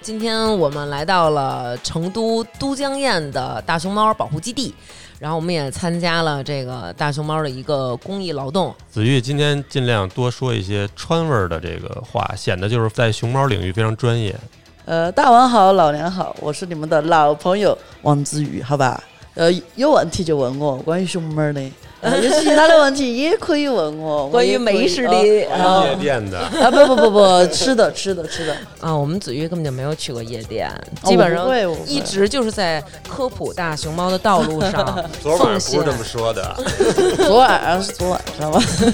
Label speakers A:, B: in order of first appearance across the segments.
A: 今天我们来到了成都都江堰的大熊猫保护基地，然后我们也参加了这个大熊猫的一个公益劳动。
B: 子玉今天尽量多说一些川味儿的这个话，显得就是在熊猫领域非常专业。
C: 呃，大王好，老娘好，我是你们的老朋友王子宇，好吧？呃，有问题就问我，关于熊猫的， 呃有其他的问题也可以问我，我
A: 关于
C: 也可以
A: 美食的
C: 啊
A: 哦
B: 夜店的，
C: 啊不不不不，吃的吃的吃的，
A: 啊，我们子玉根本就没有去过夜店，
C: 哦
A: 基本
C: 我
A: 上
C: 不 会我不
A: 一
C: 会
A: 直就是在科普大熊猫的道路上
B: 昨
A: 奉
B: 晚不
A: 献
B: 是。这么说的。
C: 昨晚上是昨晚上吧？
A: 昨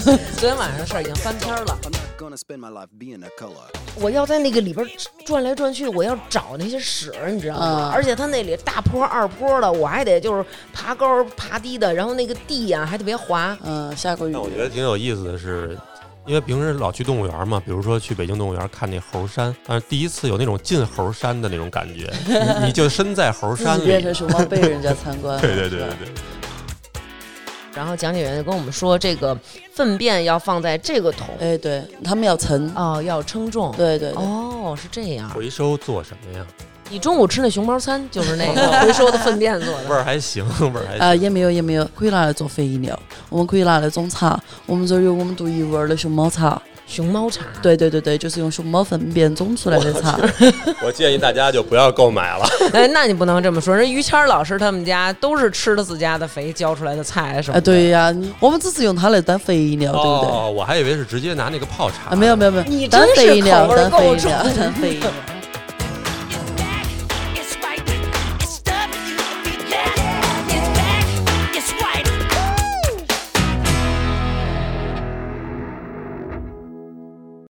A: 天晚上的事儿已经翻篇儿了。
D: I'm not gonna spend my life being a color.
A: 我要在那个里边转来转去，我要找那些屎，你知道吗？
C: 嗯
A: 而且它那里大坡二坡的，我还得就是爬高爬低的，然后那个地呀、还特别滑。
C: 嗯，下过雨
B: 但，我觉得挺有意思的是，因为平时老去动物园嘛，比如说去北京动物园看那猴山，但是第一次有那种进猴山的那种感 觉，你你就身在猴山
C: 自
B: 里。
C: 己变成熊猫被人家参 观了，
B: 对对对
C: 是吧
B: 对 对，
A: 然后讲解员就跟我们说，这个粪便要放在这个桶
C: 哎，对他们要沉，
A: 哦，要称重。
C: 对对对，
A: 哦，是这样。
B: 回收做什么呀？
A: 你中午吃那熊猫餐就是那 个回收的粪便做
B: 味
A: 的。
B: 儿还行，味儿还行。
C: 啊，也没有也没有，可以拿来做肥料，我们可以拿来种茶，我们这儿有我们独一无二的熊猫茶，
A: 熊猫茶，
C: 对对对对，就是用熊猫粪便种出来的茶，
B: 我建议大家就不要购买了。
A: 哎，那你不能这么说。人于谦儿老师他们家都是吃的自家的肥浇出来的菜什么的。
C: 啊，对呀、你我们只是用它来当肥料，对
B: 哦
C: 不对？
B: 哦，我还以为是直接拿那个泡茶。
C: 啊，没有没有没有，
A: 你
C: 当
A: 真是
C: 肥料，
A: 口味儿
C: 当肥
A: 够重
C: 料，当肥料。